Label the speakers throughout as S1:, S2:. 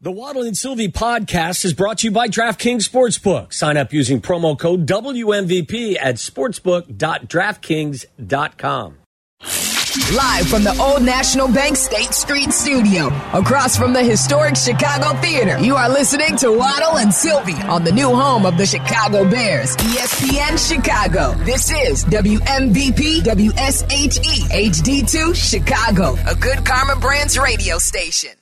S1: The Waddle and Sylvie podcast is brought to you by DraftKings Sportsbook. Sign up using promo code WMVP at sportsbook.draftkings.com.
S2: Live from the Old National Bank State Street Studio, across from the historic Chicago Theater, you are listening to Waddle and Sylvie on the new home of the Chicago Bears, E ESPN Chicago. This is WMVP WSHE HD2 Chicago, a good Karma Brands radio station.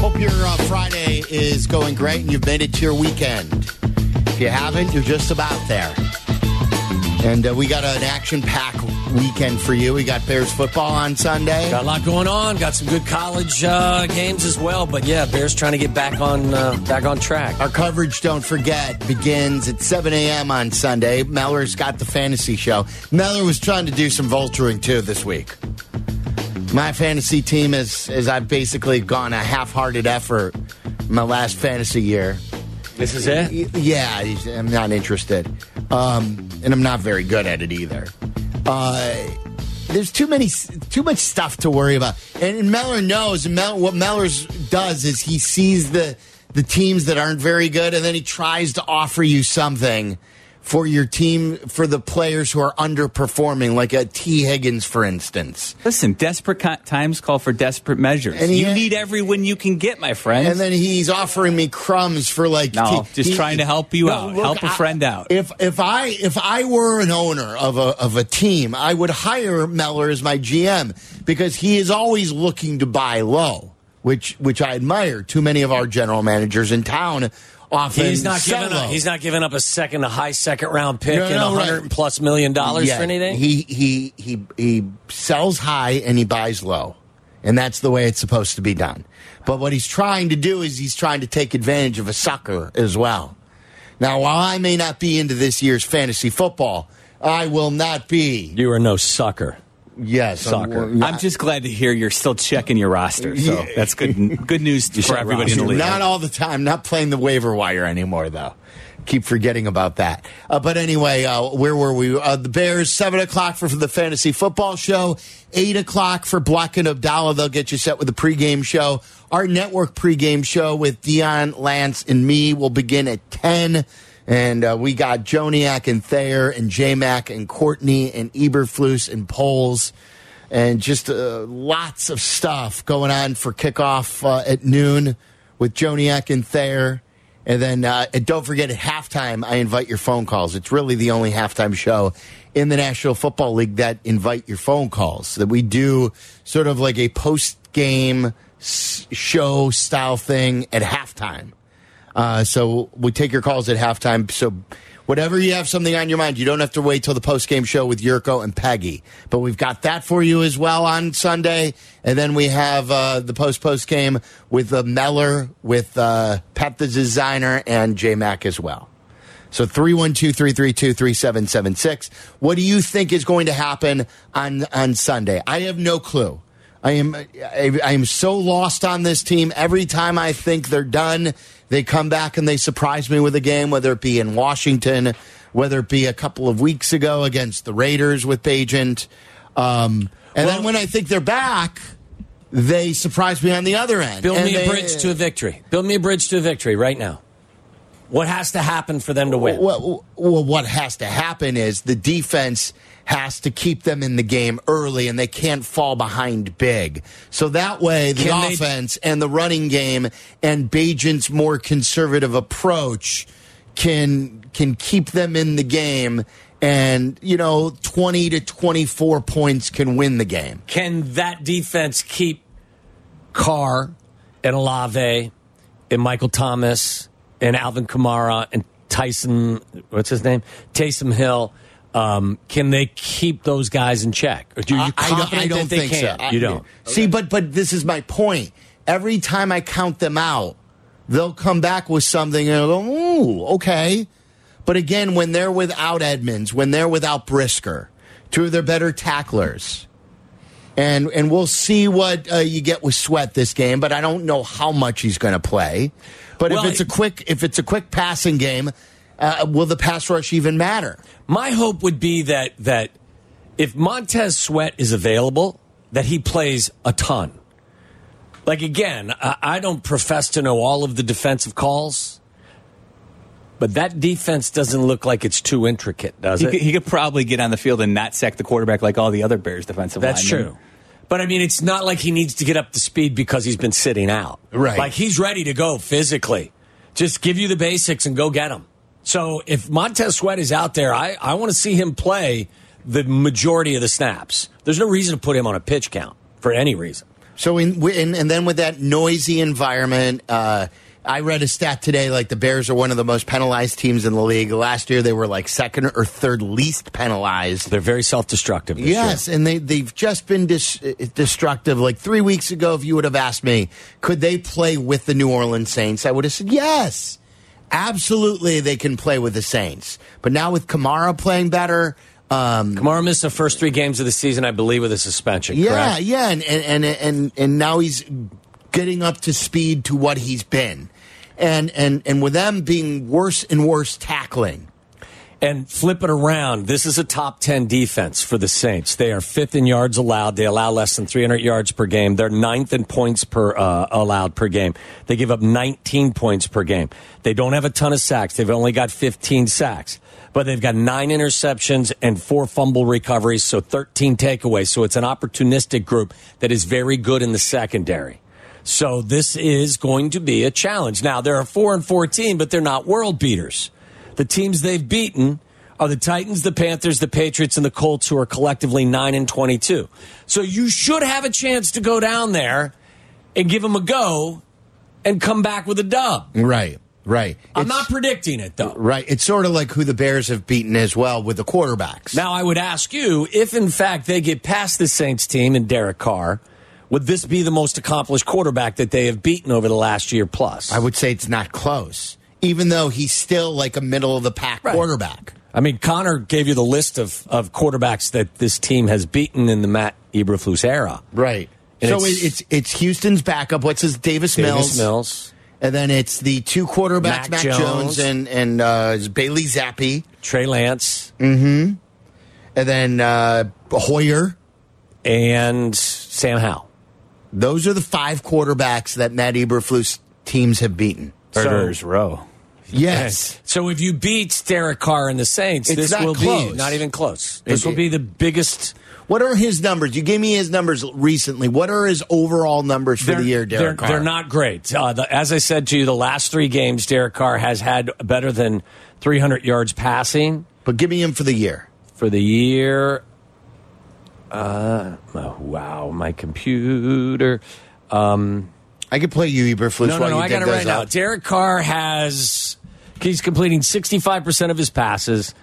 S3: Hope your uh, Friday is going great and you've made it to your weekend. If you haven't, you're just about there. And uh, we got an action packed weekend for you. We got Bears football on Sunday.
S1: Got a lot going on. Got some good college uh, games as well. But yeah, Bears trying to get back on uh, back on track.
S3: Our coverage, don't forget, begins at 7 a.m. on Sunday. Meller's got the fantasy show. Meller was trying to do some vulturing too this week. My fantasy team is, is I've basically gone a half hearted effort my last fantasy year.
S1: This is it.
S3: Y- Yeah, I'm not interested. Um, and I'm not very good at it either. Uh, there's too many, too much stuff to worry about. And, and Meller knows. And Mel, what Meller does is he sees the the teams that aren't very good, and then he tries to offer you something for your team for the players who are underperforming, like a T. Higgins, for instance.
S4: Listen, desperate co- times call for desperate measures.
S3: And he-
S4: you need every win you can get, my friend.
S3: And then he's offering me crumbs for like
S4: no,
S3: T-
S4: just
S3: he-
S4: trying to help you
S3: No,
S4: out,
S3: look,
S4: help a
S3: I-
S4: friend out.
S3: If if I if I were an owner of a of a team, I would hire Meller as my GM because he is always looking to buy low, which which I admire. Too many of our general managers in town often
S1: He's not
S3: sell
S1: giving
S3: low.
S1: up. He's not giving up a second, a high second round pick,
S3: No,
S1: and a
S3: no, right.
S1: hundred plus million dollars
S3: Yeah,
S1: for anything.
S3: He he he he sells high and he buys low. And that's the way it's supposed to be done. But what he's trying to do is he's trying to take advantage of a sucker as well. Now, while I may not be into this year's fantasy football, I will not be.
S1: you are no sucker.
S3: Yes,
S1: Sucker.
S3: I'm-
S4: I'm just glad to hear you're still checking your roster. So
S3: Yeah.
S4: that's good good news for
S1: said
S4: everybody in the league.
S3: Not all the time. Not playing the waiver wire anymore, though. Keep forgetting about that. Uh, but anyway, uh, where were we? Uh, the Bears, 7 o'clock for, for the fantasy football show, 8 o'clock for Block and Abdallah. They'll get you set with the pregame show. Our network pregame show with Dion, Lance, and me will begin at 10. And uh, we got Joniak and Thayer and J-Mac and Courtney and Eberflus and Poles and just uh, lots of stuff going on for kickoff uh, at noon with Joniak and Thayer. And then uh, and don't forget at halftime, I invite your phone calls. It's really the only halftime show in the National Football League that invite your phone calls. That we do sort of like a post game show style thing at halftime. Uh, so we take your calls at halftime. So whatever you have something on your mind, you don't have to wait till the post game show with Yurko and Peggy. But we've got that for you as well on Sunday, and then we have uh, the post post game with uh, Meller, with uh, Pep the designer, and J Mac as well. So 312-332-3776. What do you think is going to happen on on Sunday? I have no clue. I am I, I am so lost on this team. Every time I think they're done, they come back and they surprise me with a game, whether it be in Washington, whether it be a couple of weeks ago against the Raiders with Agent. Um, and
S1: Well-
S3: then when I think they're back, they surprise me on the other end.
S1: Build
S3: And
S1: me
S3: they-
S1: a bridge to a victory. Build me a bridge to a victory right now. What has to happen for them to win?
S3: Well, well, what has to happen is the defense has to keep them in the game early, and they can't fall behind big. So that way, the
S1: Can they-
S3: offense and the running game and Bajan's more conservative approach can can keep them in the game, and you know, twenty to twenty four points can win the game.
S1: can that defense keep Carr and Olave and Michael Thomas and Alvin Kamara and Tyson, what's his name? Taysom Hill. Um, can they keep those guys in check? Or do you
S3: I- I don't-
S1: confident
S3: I don't
S1: that they
S3: think
S1: can?
S3: so. I-
S1: You don't.
S3: See, but but this is my point. Every time I count them out, they'll come back with something and they'll go, ooh, okay. But again, when they're without Edmonds, when they're without Brisker, two of their better tacklers, and and we'll see what uh, you get with Sweat this game. But I don't know how much he's going to play. But
S1: Well,
S3: if it's a quick if it's a quick passing game, uh, will the pass rush even matter?
S1: My hope would be that that if Montez Sweat is available, that he plays a ton. Like, again, I, I don't profess to know all of the defensive calls, but that defense doesn't look like it's too intricate, does
S4: He
S1: it?
S4: could, he could probably get on the field and not sack the quarterback like all the other Bears defensive
S1: That's
S4: linemen.
S1: true. But I mean, it's not like he needs to get up to speed because he's been sitting out.
S3: Right.
S1: Like he's ready to go physically. Just give you the basics and go get him. So if Montez Sweat is out there, I, I want to see him play the majority of the snaps. There's no reason to put him on a pitch count for any reason.
S3: So in, wi- in and then with that noisy environment, uh, I read a stat today like the Bears are one of the most penalized teams in the league. Last year they were like second or third least penalized.
S1: They're very self destructive.
S3: Yes, and they they've just been dis- uh, destructive. Like three weeks ago, if you would have asked me, could they play with the New Orleans Saints? I would have said yes, absolutely. They can play with the Saints, but now with Kamara playing better, um,
S1: Kamara missed the first three games of the season, I believe, with a suspension.
S3: yeah,
S1: correct?
S3: yeah, and, and and and and now he's getting up to speed to what he's been, and and and with them being worse and worse tackling.
S1: and flip it around. This is a top 10 defense for the Saints. They are fifth in yards allowed. They allow less than 300 yards per game. They're ninth in points per uh, allowed per game. They give up 19 points per game. They don't have a ton of sacks. They've only got 15 sacks, but they've got nine interceptions and four fumble recoveries, so 13 takeaways. So it's an opportunistic group that is very good in the secondary. So this is going to be a challenge. Now they're a four and fourteen, but they're not world beaters. The teams they've beaten are the Titans, the Panthers, the Patriots, and the Colts, who are collectively nine and twenty-two. So you should have a chance to go down there and give them a go and come back with a dub.
S3: Right, right.
S1: I'm not predicting it though.
S3: right. It's sort of like who the Bears have beaten as well with the quarterbacks.
S1: Now, I would ask you if, in fact, they get past the Saints team and Derek Carr, would this be the most accomplished quarterback that they have beaten over the last year plus?
S3: I would say it's not close, even though he's still like a middle of the pack
S1: Right.
S3: quarterback.
S1: I mean, Connor gave you the list of, of quarterbacks that this team has beaten in the Matt Eberflus era.
S3: Right.
S1: And
S3: so
S1: it's-
S3: it's, it's Houston's backup. What's his Davis,
S1: Davis Mills,
S3: and then it's the two
S1: Mac
S3: quarterbacks, Mac, Jones.
S1: Jones.
S3: and and uh, Bailey Zappi,
S1: Trey Lance,
S3: and then uh, Hoyer.
S1: and Sam Howell.
S3: Those are the five quarterbacks that Matt Eberflus teams have beaten.
S4: Murderers row.
S3: Yes.
S1: So if you beat Derek Carr and the Saints,
S3: It's
S1: this
S3: not
S1: will
S3: close.
S1: be not even close. This
S3: It-
S1: will be the biggest
S3: What are his numbers? You gave me his numbers recently. What are his overall numbers for the year, Derek
S1: they're,
S3: Carr?
S1: they're not great. Uh, the, as I said to you, the last three games, Derek Carr has had better than 300 yards passing
S3: But give me him for the year.
S1: for the year. Uh, oh, wow, my computer. Um,
S3: I could play you
S1: no,
S3: Eberflus.
S1: no,
S3: while
S1: no,
S3: you
S1: I
S3: dig
S1: got it
S3: those
S1: right now.
S3: up.
S1: Derek Carr has, he's completing 65% of his passes,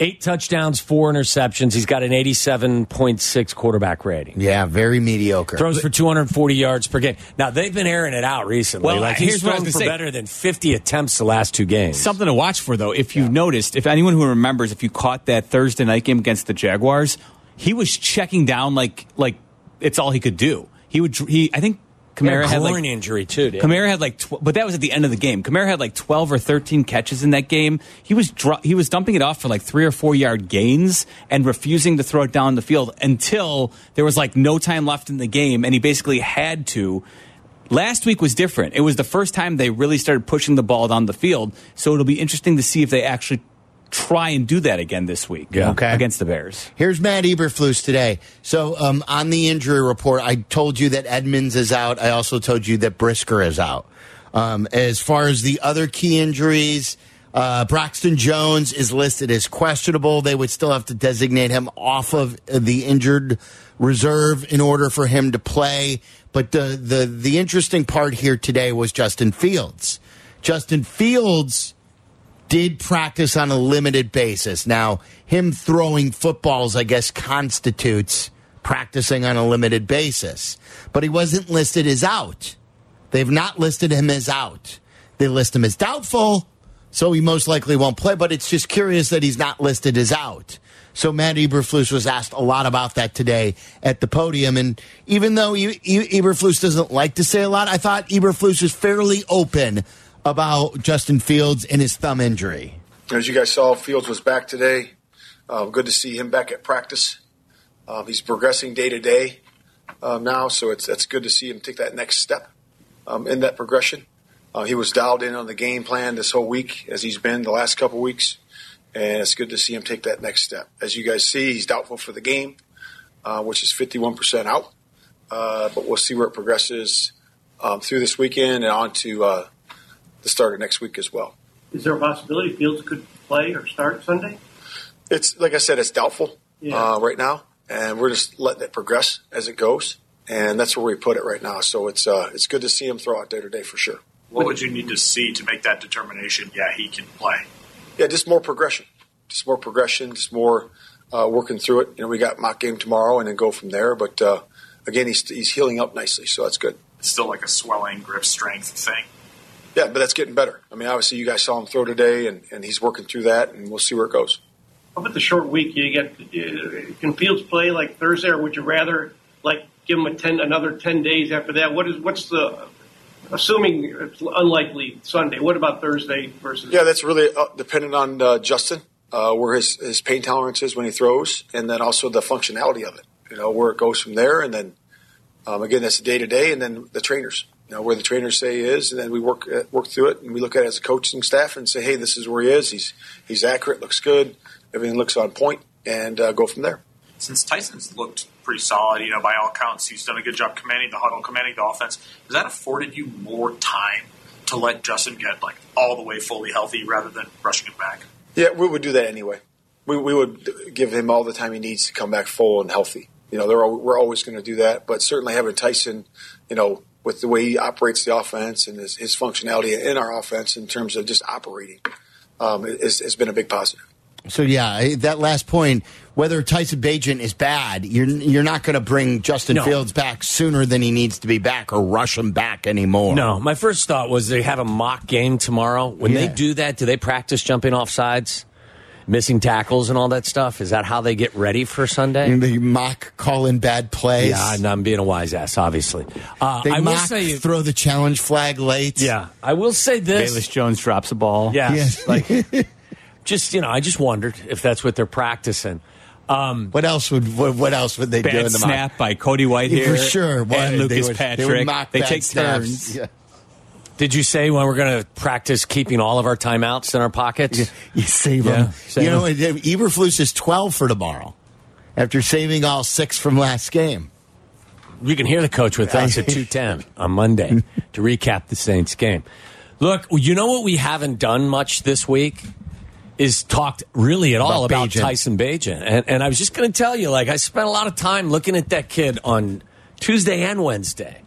S1: eight touchdowns, four interceptions. He's got an 87.6 quarterback rating.
S3: Yeah, very mediocre.
S1: Throws for 240 yards per game. Now they've been airing it out recently.
S4: Well,
S1: like
S4: uh,
S1: he's
S4: here's what I was gonna
S1: thrown for
S4: say.
S1: better than 50 attempts the last two games.
S4: Something to watch for, though. If you've noticed, if anyone who remembers, if you caught that Thursday night game against the Jaguars, he was checking down like like it's all he could do. He would. He I think Kamara had
S1: groin
S4: like
S1: injury too. dude.
S4: Kamara had like, tw- but that was at the end of the game. Kamara had like twelve or thirteen catches in that game. He was dro- he was dumping it off for like three or four yard gains and refusing to throw it down the field until there was like no time left in the game, and he basically had to. Last week was different. It was the first time they really started pushing the ball down the field. So it'll be interesting to see if they actually try and do that again this week.
S1: Yeah.
S3: Okay.
S4: against the Bears.
S3: Here's Matt Eberflus today. So um, on the injury report, I told you that Edmonds is out. I also told you that Brisker is out. Um, as far as the other key injuries, uh, Braxton Jones is listed as questionable. They would still have to designate him off of the injured reserve in order for him to play. But the the, the interesting part here today was Justin Fields. Justin Fields did practice on a limited basis. Now, him throwing footballs, I guess, constitutes practicing on a limited basis. But he wasn't listed as out. They've not listed him as out. They list him as doubtful, so he most likely won't play. But it's just curious that he's not listed as out. So Matt Eberflus was asked a lot about that today at the podium, and even though E- E- Eberflus doesn't like to say a lot, I thought Eberflus was fairly open about Justin Fields and his thumb injury.
S5: As you guys saw, Fields was back today. Uh, good to see him back at practice. Uh, he's progressing day to day. um, now, so it's that's good to see him take that next step um, in that progression. Uh, he was dialed in on the game plan this whole week, as he's been the last couple weeks, and it's good to see him take that next step. As you guys see, he's doubtful for the game, uh, which is 51% out, uh, but we'll see where it progresses um, through this weekend and on to uh, the start of next week as well.
S6: Is there a possibility Fields could play or start Sunday?
S5: It's like I said, it's doubtful
S6: Yeah.
S5: uh, right now, and we're just letting it progress as it goes, and that's where we put it right now. So it's uh, it's good to see him throw out day to day for sure.
S7: What would you need to see to make that determination? Yeah, he can play.
S5: Yeah, just more progression, just more progression, just more uh, working through it. You know, we got mock game tomorrow, and then go from there. But uh, again, he's he's healing up nicely, so that's good.
S7: It's still like a swelling, grip strength thing.
S5: Yeah, but that's getting better. I mean, obviously, you guys saw him throw today, and, and he's working through that, and we'll see where it goes.
S6: How about the short week? You get uh, can Fields play like Thursday, or would you rather like give him a ten another ten days after that? What is what's the assuming it's unlikely Sunday? What about Thursday versus?
S5: Yeah, that's really uh, dependent on uh, Justin, uh, where his, his pain tolerance is when he throws, and then also the functionality of it. You know, where it goes from there, and then um, again, that's day to day, and then the trainers. You know, where the trainers say he is, and then we work uh, work through it, and we look at it as a coaching staff and say, hey, this is where he is. He's he's accurate, looks good, everything looks on point, and uh, go from there.
S7: Since Tyson's looked pretty solid, you know, by all counts, he's done a good job commanding the huddle, commanding the offense. Has that afforded you more time to let Justin get like all the way fully healthy rather than rushing him back?
S5: Yeah, we would do that anyway. We, we would give him all the time he needs to come back full and healthy. You know, they're al- we're always going to do that, but certainly having Tyson, you know, with the way he operates the offense and his, his functionality in our offense in terms of just operating, um, is, has been a big positive.
S3: So yeah, I- that last point, whether Tyson Bajan is bad, you're you're not going to bring Justin
S1: No.
S3: Fields back sooner than he needs to be back or rush him back anymore.
S1: No, my first thought was they have a mock game tomorrow. When they
S3: Yeah.
S1: do that, do they practice jumping off sides, missing tackles, and all that stuff? Is that how they get ready for
S4: Mm-hmm.
S1: Sunday?
S3: They mock call in bad plays.
S1: Yeah, and I'm being a wise ass, obviously. Uh,
S3: They
S1: I will
S3: mock
S1: say,
S3: throw the challenge flag late.
S1: yeah, I will say this.
S4: Bayless Jones drops a ball.
S1: Yeah,
S3: Yes.
S1: like just you know, I just wondered if that's what they're practicing.
S3: What else would what, what else would they do in
S4: Bad
S3: the
S4: snap by Cody Whitehair
S3: mock? For sure. What?
S4: and
S3: they
S4: Lucas
S3: would,
S4: Patrick.
S3: They, would mock
S4: They
S3: bad
S4: take
S3: snaps.
S4: turns.
S3: Yeah.
S1: Did you say when we're going to practice keeping all of our timeouts in our pockets?
S3: You save
S1: Yeah,
S3: them.
S1: save
S3: you know,
S1: 'em.
S3: and, uh, Eberflus is twelve for tomorrow after saving all six from last game.
S1: You can hear the coach with us at 210 on Monday to recap the Saints game. Look, you know what we haven't done much this week is talked really at all about,
S3: About Bajan.
S1: Tyson Bajan. And, and I was just going to tell you, like, I spent a lot of time looking at that kid on Tuesday and Wednesday.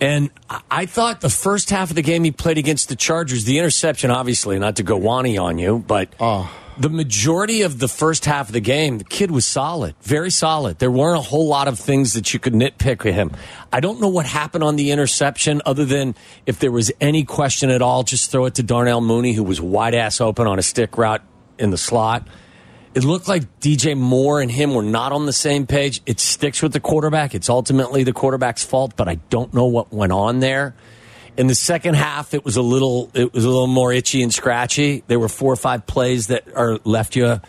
S1: And I- I thought the first half of the game he played against the Chargers, the interception, obviously, not to go Wani on you, but the majority of the first half of the game, the kid was solid, very solid. There weren't a whole lot of things that you could nitpick at him. I don't know what happened on the interception, other than if there was any question at all, just throw it to Darnell Mooney, who was wide ass open on a stick route in the slot. It looked like DJ Moore and him were not on the same page. It sticks with the quarterback. It's ultimately the quarterback's fault, but I don't know what went on there. In the second half, it was a little it was a little more itchy and scratchy. There were four or five plays that are left you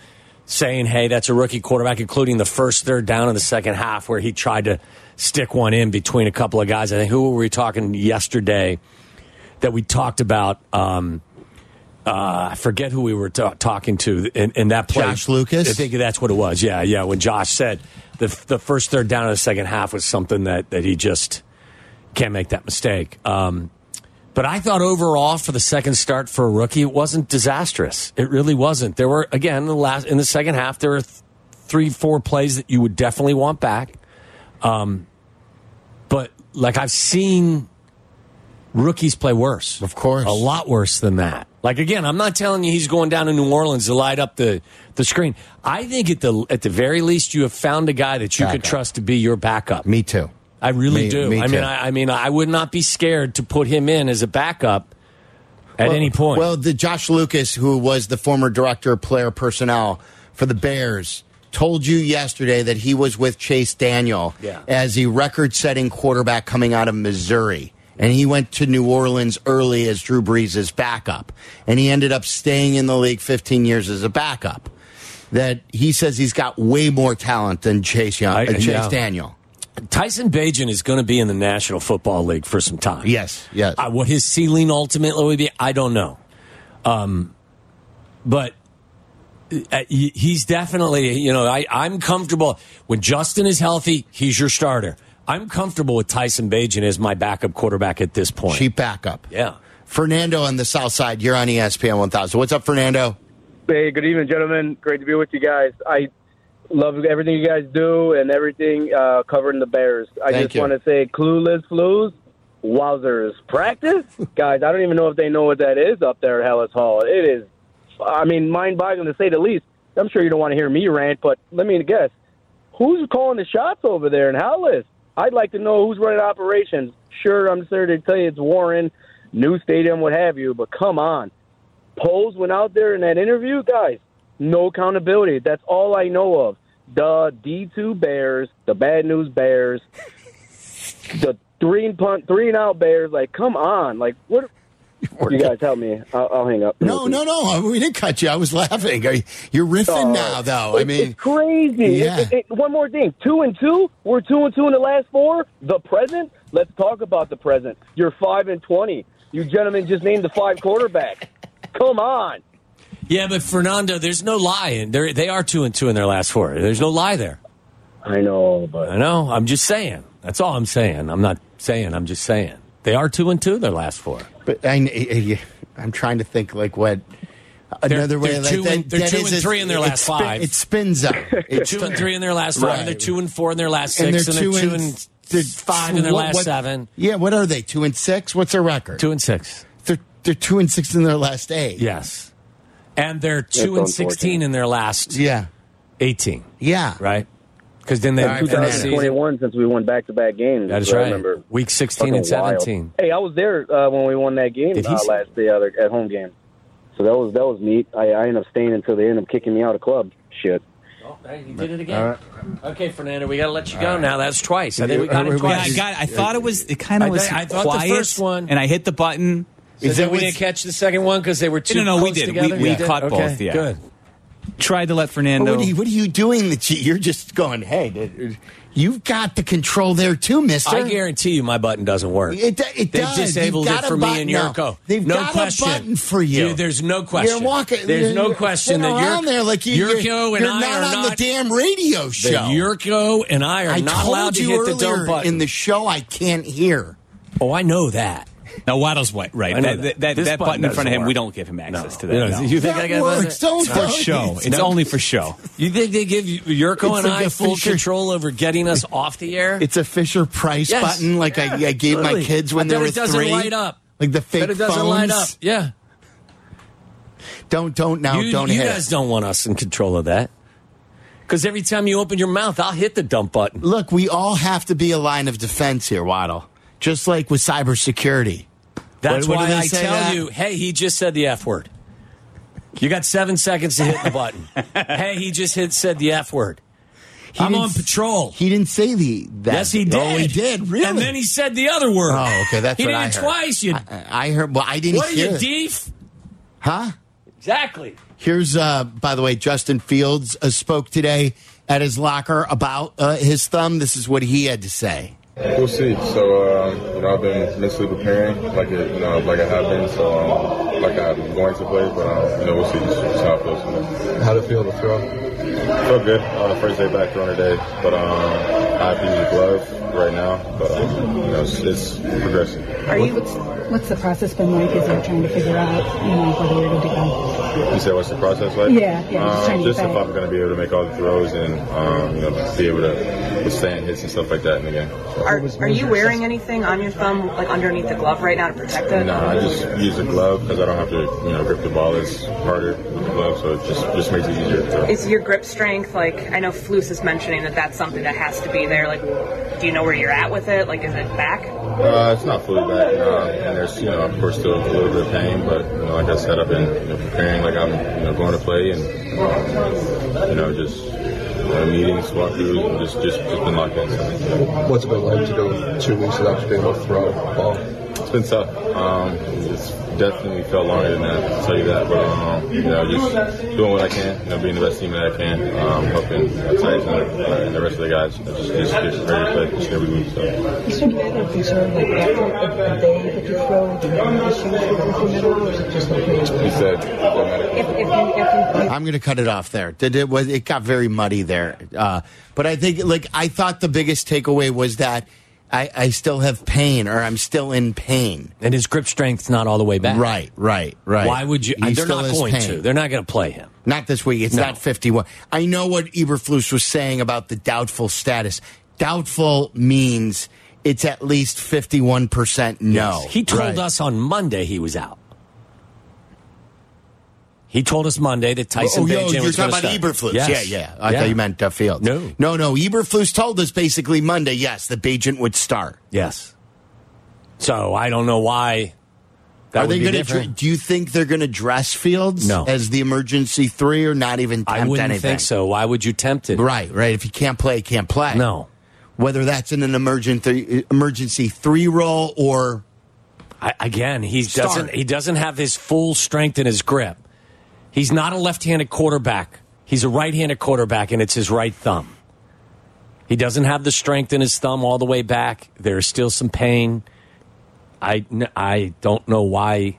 S1: saying, "Hey, that's a rookie quarterback," including the first third down in the second half where he tried to stick one in between a couple of guys. I think who were we talking yesterday that we talked about? Um, uh, I forget who we were ta- talking to in, in that play.
S3: Josh Lucas?
S1: I think that's what it was. Yeah, yeah. When Josh said the the first third down in the second half was something that that he just can't make that mistake. Um, but I thought overall for the second start for a rookie, it wasn't disastrous. It really wasn't. There were again in the last in the second half there were th- three four plays that you would definitely want back. Um, but like I've seen rookies play worse,
S3: Of course.
S1: a lot worse than that. Like again, I'm not telling you he's going down to New Orleans to light up the the screen. I think at the at the very least you have found a guy that you could
S3: Backup.
S1: trust to be your backup.
S3: Me too.
S1: I really
S3: Me-
S1: do.
S3: me
S1: I mean,
S3: too.
S1: I, I mean, I would not be scared to put him in as a backup at any point.
S3: Well, the Josh Lucas, who was the former director of player personnel for the Bears, told you yesterday that he was with Chase Daniel
S1: Yeah.
S3: as a record-setting quarterback coming out of Missouri. And he went to New Orleans early as Drew Brees' backup. And he ended up staying in the league 15 years as a backup. that he says he's got way more talent than Chase Young,
S1: I-
S3: uh, Chase
S1: yeah.
S3: Daniel.
S1: Tyson Bajan is going to be in the National Football League for some time.
S3: Yes, yes.
S1: Uh, what his ceiling ultimately will be, I don't know. Um, but uh, he- he's definitely, you know, I, I'm comfortable. When Justin is healthy, he's your starter. I'm comfortable with Tyson Bajan as my backup quarterback at this point.
S3: Cheap backup.
S1: yeah.
S3: Fernando on the South Side. You're on E ESPN 1000. What's up, Fernando?
S8: Hey, good evening, gentlemen. Great to be with you guys. I love everything you guys do and everything uh, covering the Bears. I
S3: Thank
S8: just
S3: you.
S8: want to say, clueless flus, wowzers. Practice, guys. I don't even know if they know what that is up there at Hellas Hall. It is, I mean, mind-boggling to say the least. I'm sure you don't want to hear me rant, but let me guess: who's calling the shots over there in Hellas? I'd like to know who's running operations. Sure, I'm sure they tell you it's Warren, new stadium, what have you. But come on. Poles went out there in that interview, guys. No accountability. That's all I know of. The D two Bears, the bad news Bears, the three and punt, three and out Bears. Like, come on, like what? You guys help me. I'll, I'll hang up.
S3: No, no, no. We didn't cut you. I was laughing. Are you, you're riffing
S8: Oh,
S3: now, though. I
S8: it's-
S3: mean,
S8: it's crazy.
S3: Yeah.
S8: It- it- it- one more thing. Two and two. We're two and two in the last four. The present. Let's talk about the present. You're five and twenty. You gentlemen just named the five quarterbacks. Come on.
S1: Yeah, but Fernando, there's no lie. In there. They are 2 and 2 in their last four. There's no lie there.
S8: I know, but
S1: I know. I'm just saying. That's all I'm saying. I'm not saying. I'm just saying. They are 2 and 2 their last four.
S3: but I, I, I'm trying to think like what another way
S1: they're
S3: like
S1: two
S3: that,
S1: and- they're
S3: that
S1: two
S3: is
S1: and
S3: it-
S1: three in their
S3: it
S1: last
S3: spin-
S1: five.
S3: It spins up. It's
S1: two and three in their last five.
S3: Right.
S1: They're two and four in their last six,
S3: and
S1: and
S3: they're
S1: they're,
S3: two
S1: two
S3: and-
S1: and, they're five in their
S3: What-
S1: last
S3: what-
S1: seven.
S3: Yeah, what are they? Two and six? What's their record?
S1: Two and six.
S3: They're, they're two and six in their last eight.
S1: Yes, and they're two and
S8: That's
S1: sixteen in their last
S3: Yeah.
S1: eighteen.
S3: Yeah.
S1: Right? Because then they
S3: All right,
S1: end the season.
S8: 2021 since we won back to back games.
S1: That is
S8: if I
S1: right.
S8: Remember.
S1: Week sixteen and
S8: Fucking wild.
S1: seventeen.
S8: Hey, I was there uh, when we won that game
S1: Did he
S8: uh,
S1: say-
S8: last the other at home game. So that was that was neat. I, I ended up staying until they ended up kicking me out of club. Shit.
S1: Oh, you did it again. Okay, Fernando, we got to let you go now. That's twice. I think we
S3: got
S1: got it
S3: it Yeah,
S4: Yeah, I
S1: twice.
S4: got. I thought it was. It kind
S1: I
S4: of was
S1: thought- I thought the
S4: quiet,
S1: first one-
S4: and I hit the button.
S1: Is
S3: that
S1: that we
S3: what's-
S1: didn't catch the second one because they were two.
S4: No, no, no, we
S1: close
S4: did. We-
S1: Together?
S4: we
S1: You did?
S4: caught
S1: Okay,
S4: both, yeah.
S1: good.
S4: Tried to let
S3: But
S4: Fernando.
S3: What are, you, what are you doing? That you, you're just going, hey, dude, you've got the control there too, mister.
S1: I guarantee you, my button doesn't work.
S3: It, do- it
S1: They've
S3: does.
S1: disabled
S3: You've
S1: it
S3: got
S1: for
S3: a
S1: me and
S3: button.
S1: Yurko.
S3: They've
S1: no
S3: got
S1: question.
S3: a button for you.
S1: Dude, there's no question.
S3: You're walking.
S1: There's
S3: you're-
S1: no
S3: you're
S1: question that
S3: sitting around
S1: Yurko,
S3: there like you,
S1: Yurko
S3: you're,
S1: and
S3: you're
S1: I
S3: not
S1: are
S3: on
S1: not.
S3: the damn radio show.
S1: that Yurko and I are
S3: I
S1: not
S3: told
S1: allowed to
S3: you
S1: hit the
S3: earlier
S1: dumb button.
S3: in the show. I can't hear.
S1: oh, I know that.
S4: no, Waddle's white. Right.
S1: I know
S4: That,
S1: that.
S4: that, that,
S1: This button
S4: button in front of
S1: doesn't
S4: him,
S1: work.
S4: we don't give him access to that.
S1: You, know,
S4: no.
S1: you think
S3: That
S1: I got
S3: works.
S1: that?
S3: Don't
S4: for
S3: tell me.
S4: show. It's only for show.
S1: You think they give Yurko
S3: It's
S1: and
S3: like
S1: I
S3: a
S1: full
S3: Fisher-
S1: control over getting us off the air?
S3: It's a Fisher Price
S1: Yes.
S3: button, like I, I gave my
S1: Totally.
S3: kids when
S1: I
S3: they
S1: bet
S3: were
S1: it doesn't
S3: three.
S1: light up.
S3: Like the fake
S1: but it doesn't
S3: phones.
S1: light up. Yeah.
S3: Don't don't now.
S1: you,
S3: don't
S1: you
S3: hit. it.
S1: guys don't want us in control of that. Because every time you open your mouth, I'll hit the dump button.
S3: Look, we all have to be a line of defense here, Waddle. Just like with cybersecurity.
S1: That's
S3: What- what
S1: why
S3: do they
S1: I
S3: say
S1: tell
S3: that?
S1: you, hey, he just said the F word. You got seven seconds to hit the button. hey, he just hit said the F word.
S3: He
S1: I'm
S3: didn't
S1: on
S3: s-
S1: patrol.
S3: He didn't say the that.
S1: yes, he did.
S3: Oh, he did. Really?
S1: And then he said the other word.
S3: Oh, okay. That's
S1: he
S3: what
S1: did
S3: I
S1: it
S3: heard. Uh,
S1: twice. You,
S3: I I heard. Well, I didn't
S1: what are
S3: hear.
S1: you,
S3: it.
S1: deef?
S3: huh?
S1: Exactly.
S3: Here's, uh, by the way, Justin Fields uh, spoke today at his locker about uh, his thumb. This is what he had to say.
S9: We'll see. So, um, you know, I've been mentally preparing, like it, you know, like it happened. So, um, like I'm going to play, but um, you know, we'll see just, just how it goes. How did it feel to throw? Felt good. Uh, first day back throwing today, but um, I have to use a glove right now. But um, you know, it's, it's progressing.
S10: Are you? What's, what's the process been like as you're trying to figure out, you know, whether you're good to go? Uh,
S9: You said what's the process like?
S10: Yeah, yeah, just trying
S9: Um,
S10: to
S9: just
S10: get
S9: if
S10: back.
S9: I'm going to be able to make all the throws and um, you know, be able to withstand hits and stuff like that in the game. So.
S11: Are, are you wearing anything on your thumb, like underneath the glove right now to protect it?
S9: No, I just use a glove because I don't have to, you know, grip the ball as harder with the glove, so it just just makes it easier to throw.
S11: Is your grip strength like? I know Fluce is mentioning that that's something that has to be there. Like, do you know where you're at with it? Like, is it back?
S9: Uh, it's not fully back, um, and there's, you know, of course, still a little bit of pain, but you know, like I said, I've been you know, preparing like I'm, you know, going to play, and um, you know, just you know, meetings, walkthroughs, and just just just been locked in. So, you know.
S12: What's it been like to go two weeks without being able to throw a ball?
S9: it's been tough. Um, it's definitely felt longer than that. I'll tell you that. But um, you know, just doing what I can. You know, being the best team that I can. Um, helping you know, Tyson uh, and the rest of the guys. Just, just get ready to play each and every week. So.
S10: Is there any other concern like effort of the day that you throw into the issues for the middle, or is it just like
S9: He said, "Don't matter."
S10: if, if you if you
S3: I'm going to cut it off there. Did it was it got very muddy there, uh, but I think like I thought the biggest takeaway was that I, I still have pain or I'm still in pain.
S1: And his grip strength's not all the way back.
S3: Right, right, right.
S1: Why would you?
S3: He
S1: they're
S3: still
S1: not
S3: has
S1: going
S3: pain.
S1: to. They're not going to play him.
S3: Not this week. It's
S1: No.
S3: not 51. I know what Eberflus was saying about the doubtful status. Doubtful means it's at least 51% no.
S1: He told
S3: Right.
S1: us on Monday he was out. He told us Monday that Tyson
S3: oh, yo,
S1: Bagent
S3: you're
S1: was
S3: talking
S1: gonna
S3: about
S1: start.
S3: Eberflus.
S1: Yes.
S3: Yeah, yeah. I thought you meant uh, Fields.
S1: No.
S3: No, no. Eberflus told us basically Monday, yes, that Bajent would start.
S1: Yes. So I don't know why. That
S3: Are
S1: would
S3: they
S1: be
S3: going to?
S1: different.
S3: Do you think they're going to dress Fields
S1: No.
S3: as the emergency three, or not even tempt
S1: I wouldn't
S3: anything?
S1: think so. Why would you tempt it?
S3: Right, right. If you can't play, can't play.
S1: No.
S3: Whether that's in an emergency emergency three role or
S1: I, again, he
S3: Start.
S1: doesn't. He doesn't have his full strength in his grip. He's not a left-handed quarterback. He's a right-handed quarterback, and it's his right thumb. He doesn't have the strength in his thumb all the way back. There's still some pain. I n- I don't know why.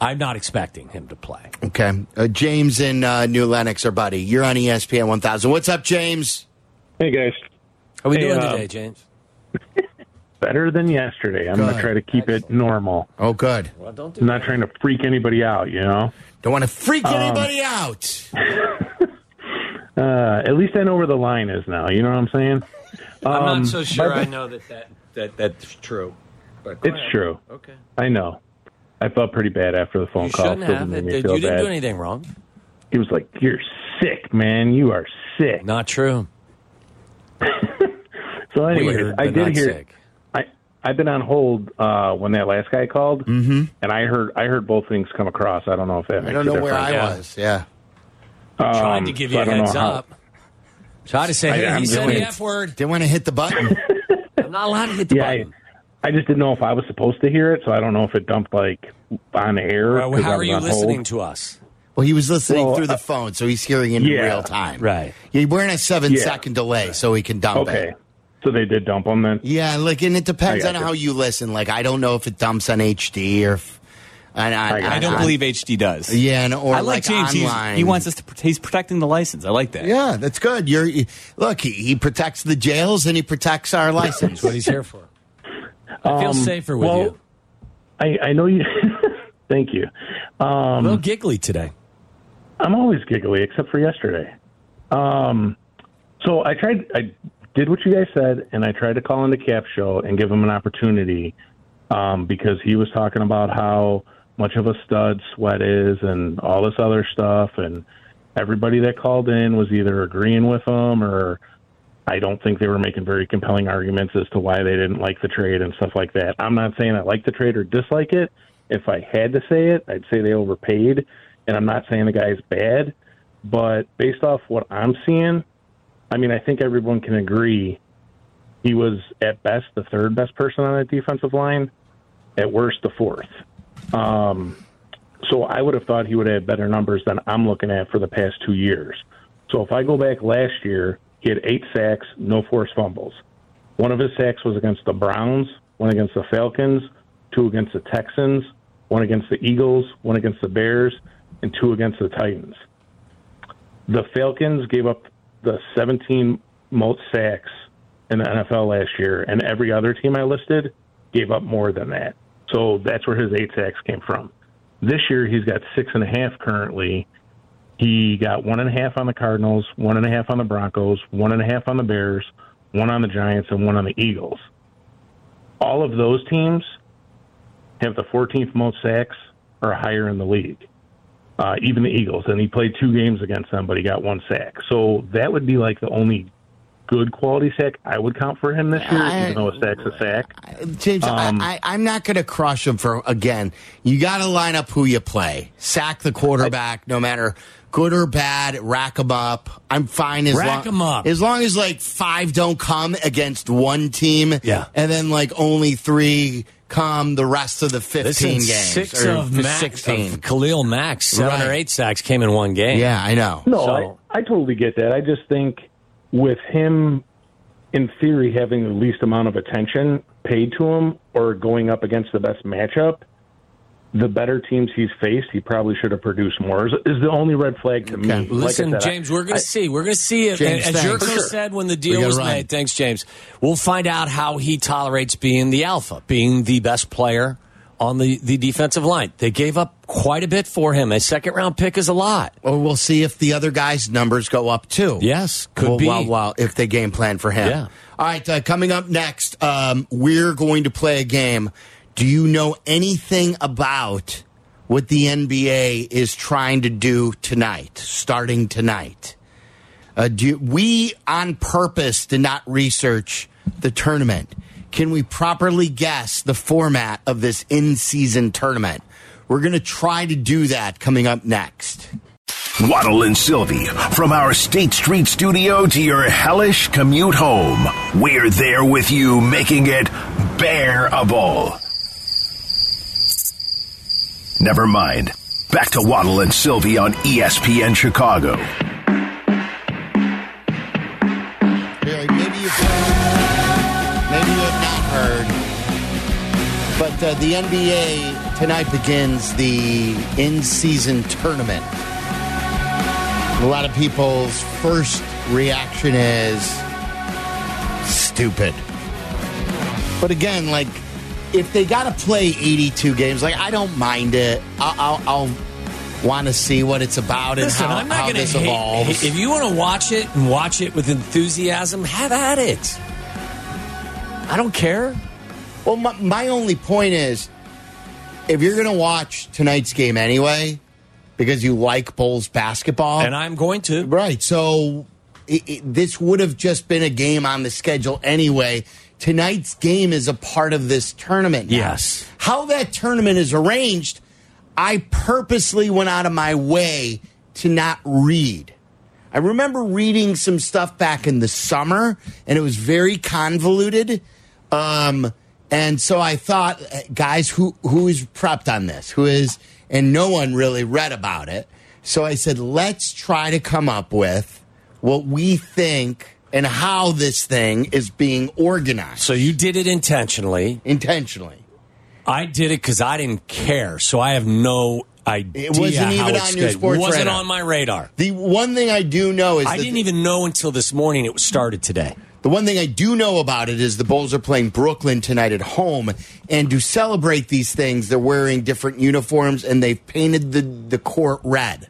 S1: I'm not expecting him to play.
S3: okay. Uh, James in uh, New Lenox, our buddy. You're on E ESPN 1000. What's up, James?
S12: Hey guys,
S1: How are we
S12: Hey,
S1: doing
S12: uh,
S1: today, James?
S12: better than yesterday. I'm going
S3: Good.
S12: to try to keep it normal.
S3: Oh, good.
S1: Well, don't do
S12: I'm not trying to freak anybody out, you know?
S3: Don't want to freak
S12: Um,
S3: anybody out.
S12: Uh, at least I know where the line is now. You know what I'm saying?
S13: I'm
S12: Um,
S13: not so sure
S12: but-
S13: I know that, that, that that's true. But go
S12: It's
S13: ahead.
S12: true.
S13: Okay.
S12: I know. I felt pretty bad after the phone
S1: You
S12: call.
S1: shouldn't
S12: Still
S1: have.
S12: made
S1: It,
S12: me
S1: you
S12: feel
S1: didn't
S12: bad.
S1: do anything wrong.
S12: He was like, "You're sick, man. You are sick."
S1: Not true.
S12: So, anyways,
S1: Weird,
S12: I
S1: but not
S12: did hear.
S1: sick.
S12: I I've been on hold uh, when that last guy called, mm-hmm. and I heard I heard both things come across. I don't know if that.
S3: I don't know where I was. Yeah.
S1: Tried
S12: Um,
S1: to give you a heads up. Tried to say,
S12: I-
S1: hey,
S12: I'm
S1: he said
S12: doing
S1: the
S12: it.
S1: F word.
S3: Didn't want to hit the button.
S1: I'm not allowed to hit the
S12: Yeah,
S1: button.
S12: I, I just didn't know if I was supposed to hear it, so I don't know if it dumped like on air.
S1: Well,
S12: 'cause I
S1: how are
S12: was
S1: you
S12: on hold.
S1: listening to us?
S3: Well, he was listening
S12: Well,
S3: through the
S12: uh,
S3: phone, so he's hearing it in
S12: yeah.
S3: real time.
S1: Right.
S3: Yeah, we're in a seven-second
S12: Yeah.
S3: delay, so he can dump it.
S12: Okay, so they did dump them then.
S3: Yeah, like, and it depends
S12: I
S3: on
S12: got you.
S3: how you listen. Like, I don't know if it dumps on HD or, if, and I,
S12: I got
S4: I don't
S3: and-
S4: believe HD
S1: Uh,
S4: does.
S3: Yeah, and or
S4: I like, James. He's-
S3: online.
S4: he wants us to. pr- He's protecting the license. I like that.
S3: Yeah, that's good. You're you- look. He, he protects the jails and he protects our license.
S1: That's what he's here for. I feel
S12: Um,
S1: safer with
S12: well,
S1: you.
S12: I, I know you. Thank you.
S1: A
S12: um,
S1: little giggly today.
S12: I'm always giggly, except for yesterday. Um, so I tried, I did what you guys said, and I tried to call into Cap Show and give him an opportunity um, because he was talking about how much of a stud Sweat is and all this other stuff, and everybody that called in was either agreeing with him or I don't think they were making very compelling arguments as to why they didn't like the trade and stuff like that. I'm not saying I like the trade or dislike it. If I had to say it, I'd say they overpaid, and I'm not saying the guy's bad, but based off what I'm seeing, I mean, I think everyone can agree he was at best the third best person on that defensive line, at worst the fourth. Um, so I would have thought he would have better numbers than I'm looking at for the past two years. So if I go back last year, he had eight sacks, no forced fumbles. One of his sacks was against the Browns, one against the Falcons, two against the Texans, one against the Eagles, one against the Bears, and two against the Titans. The Falcons gave up the 17 most sacks in the NFL last year, and every other team I listed gave up more than that. So that's where his eight sacks came from. This year, he's got six and a half currently. He got one and a half on the Cardinals, one and a half on the Broncos, one and a half on the Bears, one on the Giants, and one on the Eagles. All of those teams have the 14th most sacks or higher in the league. Uh, even the Eagles, and he played two games against them, but he got one sack. So that would be like the only good quality sack I would count for him this year,
S3: I-
S12: even though a sack's a sack.
S3: Uh, James,
S12: Um,
S3: I, I, I'm not going to crush him for again. You got to line up who you play. Sack the quarterback, no matter good or bad, rack them up. I'm fine as
S1: Rack
S3: long,
S1: 'em up.
S3: as long as like five don't come against one team,
S1: Yeah.
S3: and then like only three come the rest of the
S1: Listen,
S3: fifteen games
S1: six
S3: or
S1: of
S3: the
S1: Max,
S3: sixteen.
S1: of Khalil Max, seven or
S3: Right.
S1: eight sacks came in one game.
S3: Yeah, I know.
S12: No,
S1: So-
S12: I, I totally get that. I just think with him, in theory, having the least amount of attention paid to him or going up against the best matchup, the better teams he's faced, he probably should have produced more. Is, is the only red flag to me. Like I
S1: Listen,
S12: said, I-
S1: James, we're going to
S12: I-
S1: see. We're going to see if,
S12: James,
S1: as
S12: thanks.
S1: Jerko
S12: Sure.
S1: said when the
S12: We
S1: deal
S12: gotta
S1: was
S12: run.
S1: made. Thanks, James. We'll find out how he tolerates being the alpha, being the best player on the, the defensive line. They gave up quite a bit for him. A second round pick is a lot.
S3: Or we'll see if the other guys' numbers go up too.
S1: Yes, could
S3: well,
S1: be.
S3: Well, well, if they game plan for him.
S1: Yeah.
S3: All right, uh, coming up next, um, we're going to play a game. Do you know anything about what the NBA is trying to do tonight, starting tonight? Uh, do you- we on purpose did not research the tournament. Can we properly guess the format of this in-season tournament? We're going to try to do that coming up next.
S14: Waddle and Sylvie, from our State Street studio to your hellish commute home, we're there with you, making it bearable. Never mind. Back to Waddle and Sylvie on E ESPN Chicago.
S3: Barry, maybe you've maybe you have not heard, but uh, the NBA tonight begins the in-season tournament. A lot of people's first reaction is stupid, but again, like if they got to play 82 games, like I don't mind it. I'll, I'll, I'll want to see what it's about and
S1: Listen,
S3: how,
S1: I'm not
S3: how
S1: going to
S3: this
S1: hate.
S3: evolves.
S1: If you want to watch it and watch it with enthusiasm, have at it. I don't care.
S3: Well, my, my only point is if you're going to watch tonight's game anyway, because you like Bulls basketball.
S1: And I'm going to.
S3: Right. So it, it, this would have just been a game on the schedule anyway. Tonight's game is a part of this tournament. now.
S1: Yes.
S3: How that tournament is arranged, I purposely went out of my way to not read. I remember reading some stuff back in the summer, and it was very convoluted. Um, and so I thought, eh, guys, who who is prepped on this? Who is? And no one really read about it. So I said, let's try to come up with what we think and how this thing is being organized
S1: So you did it intentionally.
S3: intentionally.
S1: I did it because I didn't care. So I have no idea.
S3: It wasn't
S1: how
S3: even
S1: it's
S3: on your
S1: scheduled.
S3: sports
S1: Wasn't
S3: radar.
S1: on my radar.
S3: The one thing I do know is
S1: I
S3: that-
S1: didn't even know until this morning it was started today.
S3: The one thing I do know about it is the Bulls are playing Brooklyn tonight at home. And to celebrate these things, they're wearing different uniforms and they've painted the, the court red.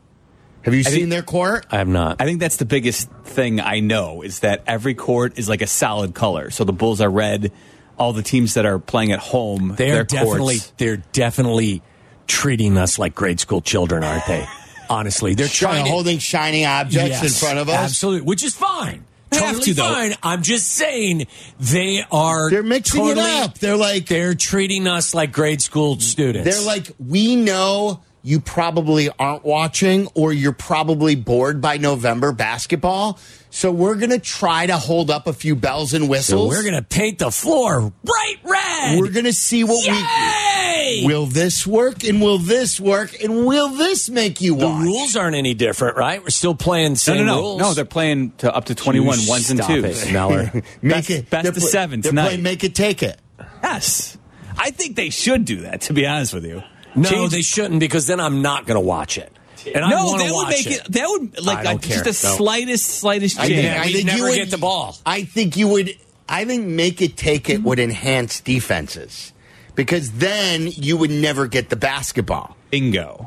S3: Have you
S4: I
S3: seen
S4: think-
S3: their court?
S1: I have not.
S4: I think that's the biggest thing I know is that every court is like a solid color. So the Bulls are red. All the teams that are playing at home,
S1: They
S4: their
S1: are definitely
S4: courts-
S1: they're definitely treating us like grade school children, aren't they? Honestly, they're
S3: Trying
S1: trying to
S3: holding shining objects in
S1: Yes,
S3: front of us.
S1: Absolutely, which is fine.
S4: They have
S1: totally
S4: to, though.
S1: fine. I'm just saying they are
S3: They're mixing it
S1: totally-
S3: up. They're like-
S1: they're treating us like grade school students.
S3: They're like, we know you probably aren't watching or you're probably bored by November basketball. So we're going to try to hold up a few bells and
S1: so
S3: whistles.
S1: we're gonna paint the floor bright red.
S3: We're going to see what we.
S1: Yay!
S3: Will this work? And will this work? And will this make you
S1: the
S3: watch?
S1: rules aren't any different, right? We're still playing the
S4: No,
S1: same
S4: no, no,
S1: rules.
S4: no. They're playing to up to 21
S1: You
S4: ones and
S1: stop
S4: twos.
S1: it, Miller.
S3: Make
S4: Best- best
S3: they're
S4: of seven
S3: they're
S4: tonight.
S3: playing make it take it.
S4: Yes, I think they should do that. To be honest with you,
S1: no,
S4: Change-
S1: they shouldn't because then I'm not going to watch it. And I
S4: no,
S1: wanna
S4: that would
S1: watch
S4: make it. That would like
S1: I
S4: uh,
S1: don't
S4: just
S1: care.
S4: the
S1: No.
S4: slightest, slightest
S3: I think,
S4: change.
S1: Yeah,
S3: I
S1: we'd
S3: think you
S1: never
S3: would
S1: get the ball.
S3: I think you would. I think make it take it would enhance defenses because then you would never get the basketball.
S4: Bingo.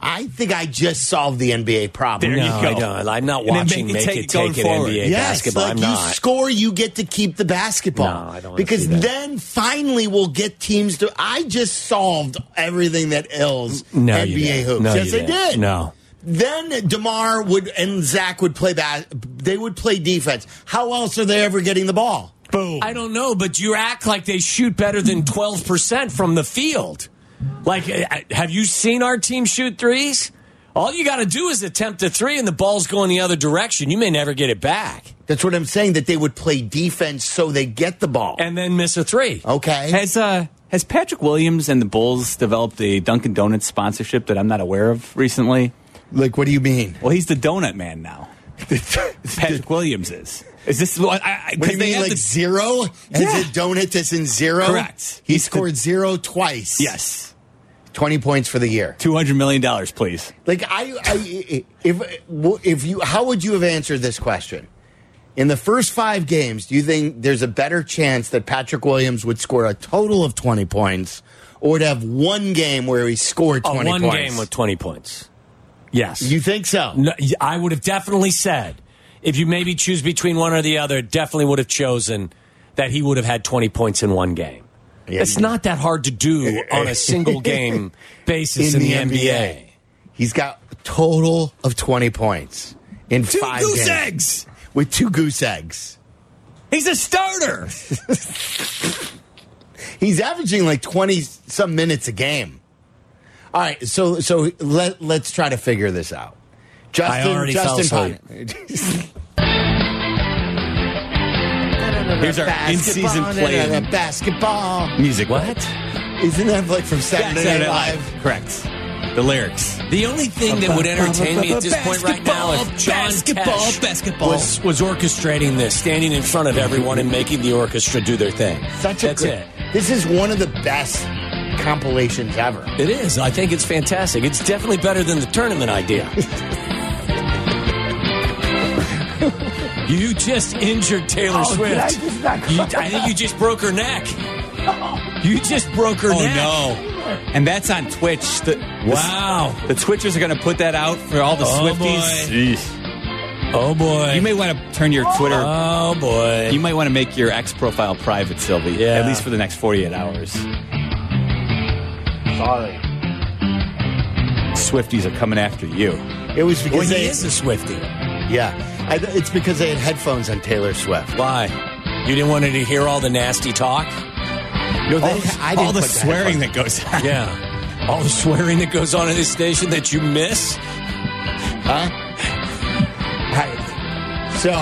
S3: I think I just solved the NBA problem.
S4: There you
S1: no,
S4: go.
S1: I don't. I'm not
S4: And then
S1: watching
S4: make it
S1: Make
S4: take
S1: It
S4: it going
S1: Take It
S4: forward.
S1: NBA
S3: Yes,
S1: basketball.
S3: like
S1: I'm
S3: you
S1: not.
S3: score, you get to keep the basketball.
S1: No, I don't wanna
S3: because
S1: see that.
S3: then finally we'll get teams to. I just solved everything that ills
S1: No, you
S3: NBA
S1: didn't.
S3: hoops.
S1: No,
S3: yes,
S1: you
S3: I
S1: didn't.
S3: did.
S1: No.
S3: Then Demar would and Zach would play bas- They would play defense. How else are they ever getting the ball? Boom.
S1: I don't know, but you act like they shoot better than 12% from the field. Like, uh, have you seen our team shoot threes? All you got to do is attempt a three, and the ball's going the other direction. You may never get it back.
S3: That's what I'm saying. That they would play defense so they get the ball
S1: and then miss a three.
S3: Okay.
S4: Has uh has Patrick Williams and the Bulls developed a Dunkin' Donuts sponsorship that I'm not aware of recently?
S3: Like, what do you mean?
S4: Well, he's the donut man now. Patrick Williams is. Is this what I? I
S3: What do
S4: 'cause
S3: you
S4: they
S3: mean,
S4: have
S3: like
S4: the-
S3: zero? As
S4: Yeah.
S3: a donut that's in zero?
S4: Correct.
S3: He
S4: He's
S3: scored zero twice.
S4: Yes.
S3: 20 points for the year.
S4: Two hundred million dollars, please.
S3: Like I, I if if you, how would you have answered this question? In the first five games, do you think there's a better chance that Patrick Williams would score a total of twenty points, or to have one game where he scored
S1: Oh,
S3: twenty
S1: one
S3: points?
S1: game with 20 points. Yes.
S3: You think so?
S1: No, y- I would have definitely said, if you maybe choose between one or the other, definitely would have chosen that he would have had 20 points in one game.
S3: Yeah. Eh,
S1: it's not that hard to do on a single game basis in, the, NBA.
S3: he's got a total of twenty points in
S1: Two
S3: five
S1: goose
S3: games.
S1: eggs!
S3: with two goose eggs.
S1: He's a starter.
S3: He's averaging like twenty some minutes a game. All right, so so let let's try to figure this out. Justin,
S1: already
S3: Justin
S1: fell
S4: Here's our in-season play
S3: play. Basketball.
S4: music.
S1: What?
S3: Isn't that like from Saturday
S4: Saturday
S3: Night
S4: Night
S3: Live?
S4: Correct. The lyrics.
S1: The only thing that would entertain me at this point right now if John
S4: Basketball,
S1: Tesh
S4: basketball.
S1: Was, was orchestrating this, standing in front of everyone and making the orchestra do their thing.
S3: Such a
S1: That's
S3: good-
S1: it.
S3: This is one of the best compilations ever.
S1: It is. I think it's fantastic. It's definitely better than the tournament idea. you just injured Taylor
S3: Oh,
S1: Swift.
S3: did I just not-
S1: You- I think you just broke her neck. You just broke her
S4: Oh
S1: neck.
S4: no! And that's on Twitch. The,
S1: Wow.
S4: The, the Twitchers are going to put that out for all the
S1: Oh, boy.
S4: Swifties.
S1: Oh boy.
S4: You may want to turn your Twitter.
S1: oh boy.
S4: You might want to make your ex profile private, Sylvie.
S1: Yeah.
S4: At least for the next 48 hours.
S3: Sorry.
S4: Swifties are coming after you.
S3: It was
S1: well,
S3: because
S1: he
S3: they.
S1: is a Swifty.
S3: Yeah. I, it's because they had headphones on Taylor Swift.
S1: Why? You didn't want her to hear all the nasty talk?
S3: No,
S4: all the, all the swearing that goes on.
S1: Yeah. All the swearing that goes on in this station that you miss?
S3: So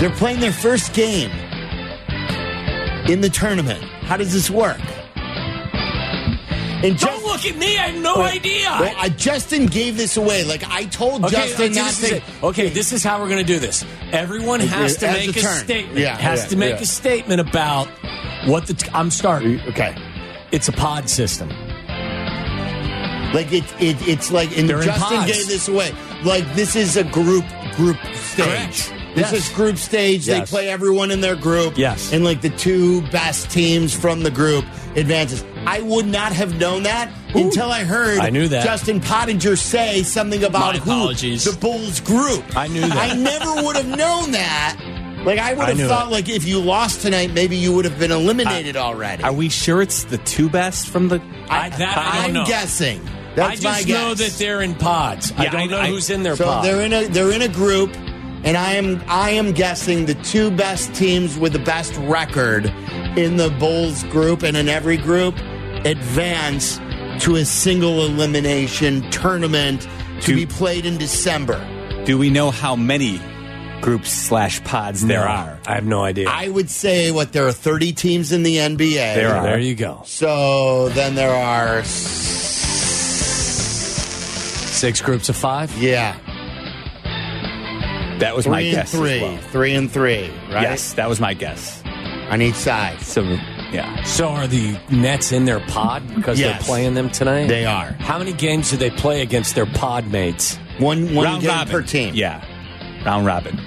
S3: they're playing their first game in the tournament. How does this work? And
S1: Don't
S3: Justin,
S1: look at me. I have no idea.
S3: Well, I, Justin gave this away. Like I told Justin
S1: okay,
S3: not
S1: this is
S3: to.
S1: it. Okay, this is how we're going to do this. Everyone has to
S3: As
S1: make
S3: a
S1: a,
S3: turn.
S1: statement.
S3: Yeah,
S1: has
S3: yeah,
S1: to make
S3: yeah.
S1: a statement about what the. T- I'm starting.
S3: Okay.
S1: It's a pod system.
S3: Like it, it it's like and
S1: They're in
S3: Justin
S1: pods.
S3: gave this away. Like this is a group group stage.
S1: Correct. Yes.
S3: This is group stage. They
S1: Yes.
S3: play everyone in their group.
S1: Yes.
S3: And like the two best teams from the group advances. I would not have known that until I heard
S1: I knew that.
S3: Justin Pottinger say something about
S1: My
S3: who
S1: apologies.
S3: the Bulls group.
S1: I knew that.
S3: I never would have known that. Like I would
S1: I
S3: have
S1: knew
S3: thought
S1: it.
S3: like if you lost tonight, maybe you would have been eliminated already.
S4: Are we sure it's the two best from the.
S1: I, that I don't
S3: am
S1: know.
S3: guessing. That's
S1: I just
S3: my guess.
S1: know that they're in pods. I
S4: Yeah,
S1: don't
S4: I-
S1: know
S4: I-
S1: who's in their
S3: So
S1: pod.
S3: they're in a they're in a group, and I am I am guessing the two best teams with the best record in the Bulls group and in every group advance to a single elimination tournament to
S4: Do-
S3: be played in December.
S4: Do we know how many groups slash pods there are?
S1: I have no idea.
S3: I would say what there are thirty teams in the NBA.
S1: there, are. there you go.
S3: So then there are s-
S1: Six groups of five.
S3: yeah
S4: That was my
S3: three and
S4: guess. as
S3: three
S4: well.
S3: three and three right
S4: Yes, that was my guess.
S3: on each side
S4: So, yeah.
S1: So are the Nets in their pod because
S3: Yes.
S1: they're playing them tonight?
S3: they are
S1: How many games do they play against their pod mates?
S3: one one
S4: Round
S3: game
S4: robin.
S3: per team
S4: Yeah. Round robin.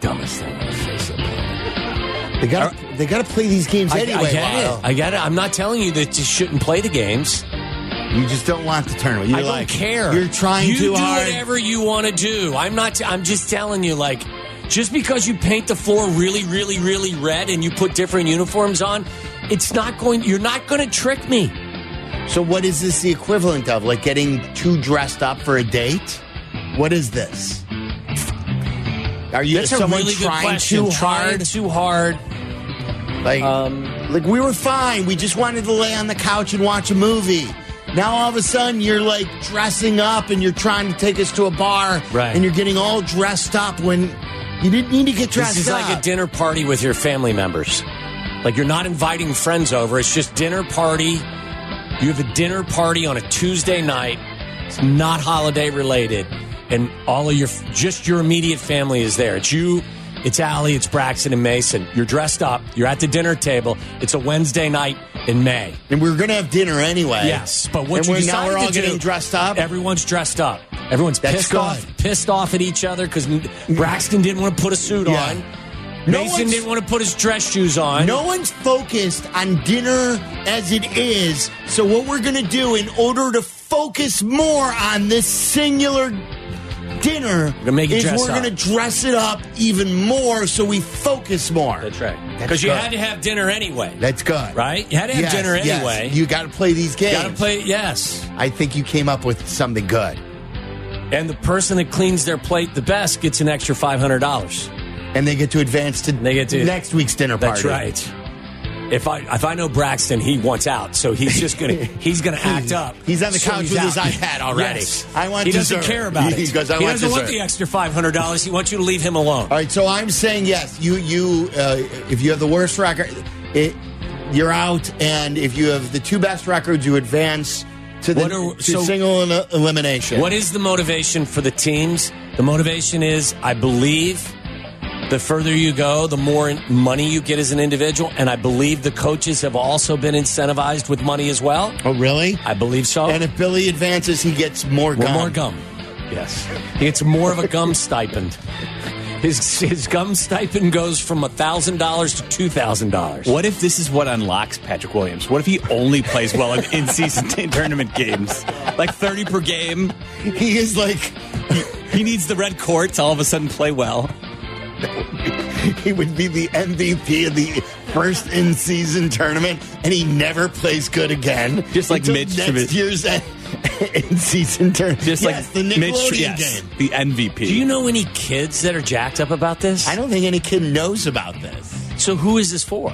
S1: Dumbest thing I've face of.
S3: They got to they got to play these games
S1: I,
S3: anyway.
S1: I get
S3: Lyle.
S1: it. I get it. I'm not telling you that you shouldn't play the games.
S3: you just don't want the tournament. You're
S1: I
S3: like,
S1: don't care.
S3: You're trying
S1: you
S3: too
S1: do
S3: hard.
S1: whatever you want to do. I'm not. i I'm just telling you, like, just because you paint the floor really, really, really red and you put different uniforms on, it's not going. You're not going to trick me.
S3: so what is this the equivalent of? Like getting too dressed up for a date? What is this? Are you
S1: That's a
S3: someone
S1: really good
S3: trying
S1: question.
S3: too
S1: Trying Um,
S3: hard?
S1: too hard.
S3: Like,
S1: Um,
S3: like we were fine. We just wanted to lay on the couch and watch a movie. Now all of a sudden you're like dressing up and you're trying to take us to a bar,
S1: Right.
S3: And you're getting all dressed up when you didn't need to get dressed
S1: This is
S3: up.
S1: like a dinner party with your family members. Like you're not inviting friends over. It's just dinner party. You have a dinner party on a Tuesday night. It's not holiday related, and all of your just your immediate family is there. It's you, it's Allie, it's Braxton and Mason. You're dressed up. You're at the dinner table. It's a Wednesday night in May.
S3: And we are gonna have dinner anyway.
S1: Yes, but what
S3: And
S1: you
S3: we're- now
S1: decided
S3: we're all
S1: to do-
S3: getting dressed up?
S1: Everyone's dressed up. Everyone's
S3: That's
S1: pissed
S3: good.
S1: off, pissed off at each other because Braxton didn't want to put a suit
S3: Yeah.
S1: on.
S3: No
S1: Mason
S3: one's-
S1: didn't want to put his dress shoes on.
S3: No one's focused on dinner as it is. So, what we're going to do in order to focus more on this singular dinner
S1: gonna make it
S3: is
S1: dress
S3: we're
S1: up.
S3: going to dress it up even more so we focus more.
S13: That's right.
S1: because you
S3: good.
S1: had to have dinner anyway,
S3: That's good.
S1: right? You had to have
S3: Yes,
S1: dinner
S3: yes.
S1: anyway.
S3: You got to play these games.
S1: Got to play. Yes,
S3: I think you came up with something good.
S1: and the person that cleans their plate the best gets an extra five hundred dollars.
S3: And they get to advance to,
S1: They get to-
S3: next week's dinner
S1: That's
S3: party.
S1: right. If I if I know Braxton, he wants out, so he's just gonna he's gonna act up.
S3: He's on the
S1: So
S3: couch
S1: he's
S3: with his
S1: out.
S3: iPad already.
S1: Yes.
S3: I want
S1: He doesn't
S3: dessert.
S1: care about it.
S3: He goes, "I want
S1: doesn't want
S3: dessert."
S1: the extra five hundred dollars. He wants you to leave him alone.
S3: All right, so I'm saying yes. You you uh, if you have the worst record, it, you're out, and if you have the two best records, you advance to the
S1: What are-
S3: to
S1: so-
S3: single el- elimination.
S1: What is the motivation for the teams? The motivation is, I believe, the further you go, the more money you get as an individual, and I believe the coaches have also been incentivized with money as well.
S3: oh really?
S1: I believe so.
S3: And if Billy advances, he gets more
S1: Well,
S3: gum.
S1: more gum. Yes, it's more of a gum stipend. His his gum stipend goes from thousand dollars to two thousand dollars.
S4: What if this is what unlocks Patrick Williams? What if he only plays well in in-season t- tournament games, like thirty per game?
S3: He is like
S4: He needs the red court to all of a sudden play well.
S3: he would be the MVP of the first in season tournament, and he never plays good again.
S4: Just like
S3: until
S4: Mitch
S3: next
S4: Trubis-
S3: year's in season tournament.
S4: Just
S3: yes,
S4: like
S3: the Nickelodeon
S4: Mitch, yes,
S3: game.
S4: the MVP.
S1: Do you know any kids that are jacked up about this?
S3: I don't think any kid knows about this.
S1: So who is this for?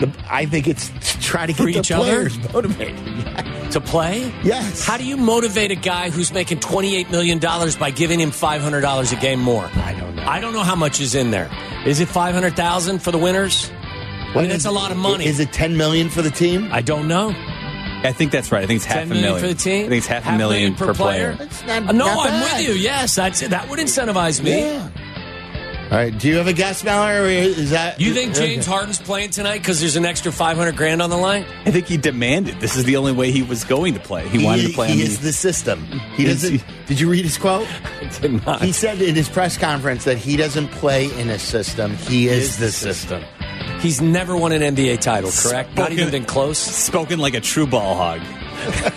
S3: The, I think it's to try to get
S1: For
S3: the
S1: each other?
S3: players motivated.
S1: To play?
S3: Yes.
S1: How do you motivate a guy who's making $28 million by giving him $500 a game more? I
S3: don't know.
S1: I don't know how much is in there. Is it 500000 for the winners? I mean, that's a lot of money.
S3: Is it ten million for the team?
S1: I don't know.
S4: I think that's right. I think it's half a
S1: 10 million
S4: million
S1: for the team?
S4: I think it's half, a million, per, player.
S3: That's not.
S1: Uh, no,
S3: not
S1: I'm
S3: bad.
S1: with you. Yes, that's it. that would incentivize me.
S3: Yeah. All right. Do you have a guess, Mallory? Or is that
S1: You think
S3: okay.
S1: James Harden's playing tonight because there's an extra 500 grand on the line?
S4: I think he demanded. This is the only way he was going to play. He, wanted to play.
S3: He
S4: on
S3: is
S4: the,
S3: the system. He
S4: Is
S3: doesn't. Did you read his quote?
S1: I did not.
S3: He said in his press conference that he doesn't play in a system. He is the system.
S1: He's never won an NBA title, correct? Not
S4: Spoken-
S1: even been close.
S4: spoken like a true ball hog.